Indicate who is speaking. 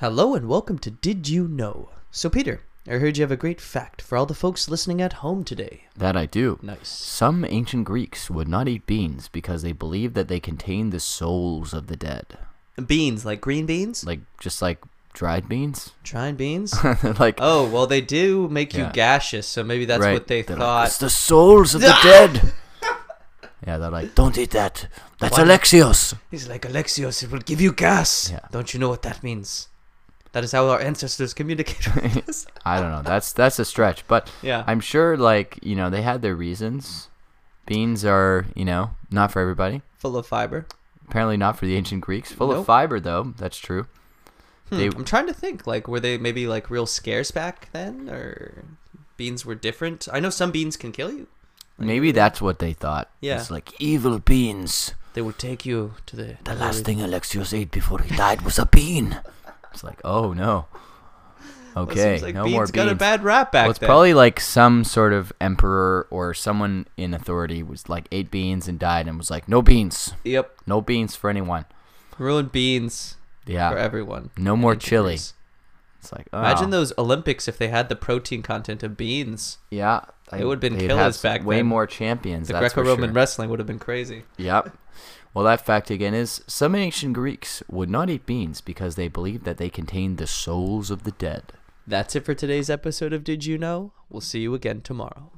Speaker 1: Hello and welcome to Did You Know? So, Peter, I heard you have a great fact for all the folks listening at home today.
Speaker 2: That I do.
Speaker 1: Nice.
Speaker 2: Some ancient Greeks would not eat beans because they believed that they contained the souls of the dead.
Speaker 1: Beans, like green beans?
Speaker 2: Like just like dried beans.
Speaker 1: Trying beans?
Speaker 2: like
Speaker 1: oh, well, they do make you
Speaker 2: Yeah.
Speaker 1: gaseous, so maybe that's
Speaker 2: right,
Speaker 1: what they
Speaker 2: they're like, it's
Speaker 1: thought.
Speaker 2: the souls of the dead. Yeah, they're like, don't eat that. That's
Speaker 1: Why not?"
Speaker 2: Alexios.
Speaker 1: He's like, Alexios, it will give you gas.
Speaker 2: Yeah.
Speaker 1: Don't you know what that means? That is how our ancestors communicated with us.
Speaker 2: I don't know. That's that's a stretch, but
Speaker 1: Yeah.
Speaker 2: I'm sure like you know they had their reasons. Beans are you know not for everybody.
Speaker 1: Full of fiber.
Speaker 2: Apparently not for the ancient Greeks. Full
Speaker 1: Nope.
Speaker 2: of fiber though. That's true.
Speaker 1: Hmm,
Speaker 2: They-
Speaker 1: I'm trying to think. Like, were they maybe like real scarce back then, or beans were different? I know some beans can kill you. Like,
Speaker 2: Maybe that's what they thought.
Speaker 1: Yeah.
Speaker 2: It's like evil beans.
Speaker 1: They will take you to the.
Speaker 2: The last thing Alexios ate before he died was a bean. It's like, oh no.
Speaker 1: Well,
Speaker 2: Okay,
Speaker 1: seems like
Speaker 2: no
Speaker 1: beans
Speaker 2: more
Speaker 1: got a
Speaker 2: beans.
Speaker 1: bad rap back
Speaker 2: well, it's
Speaker 1: then.
Speaker 2: probably like some sort of emperor or someone in authority was like ate beans and died and was like, no beans,
Speaker 1: Yep,
Speaker 2: no beans for anyone.
Speaker 1: ruined beans
Speaker 2: Yeah,
Speaker 1: for everyone.
Speaker 2: no more
Speaker 1: Ancient
Speaker 2: chili.
Speaker 1: Greece.
Speaker 2: It's like,
Speaker 1: Imagine
Speaker 2: oh,
Speaker 1: those Olympics if they had the protein content of beans.
Speaker 2: Yeah,
Speaker 1: It would've been
Speaker 2: they'd
Speaker 1: killers
Speaker 2: have s-
Speaker 1: back
Speaker 2: Way
Speaker 1: then.
Speaker 2: more champions.
Speaker 1: The
Speaker 2: that's for
Speaker 1: Greco-Roman
Speaker 2: sure.
Speaker 1: wrestling would have been crazy.
Speaker 2: Yep. Well, that fact again is some ancient Greeks would not eat beans because they believed that they contained the souls of the dead.
Speaker 1: That's it for today's episode of Did You Know? We'll see you again tomorrow.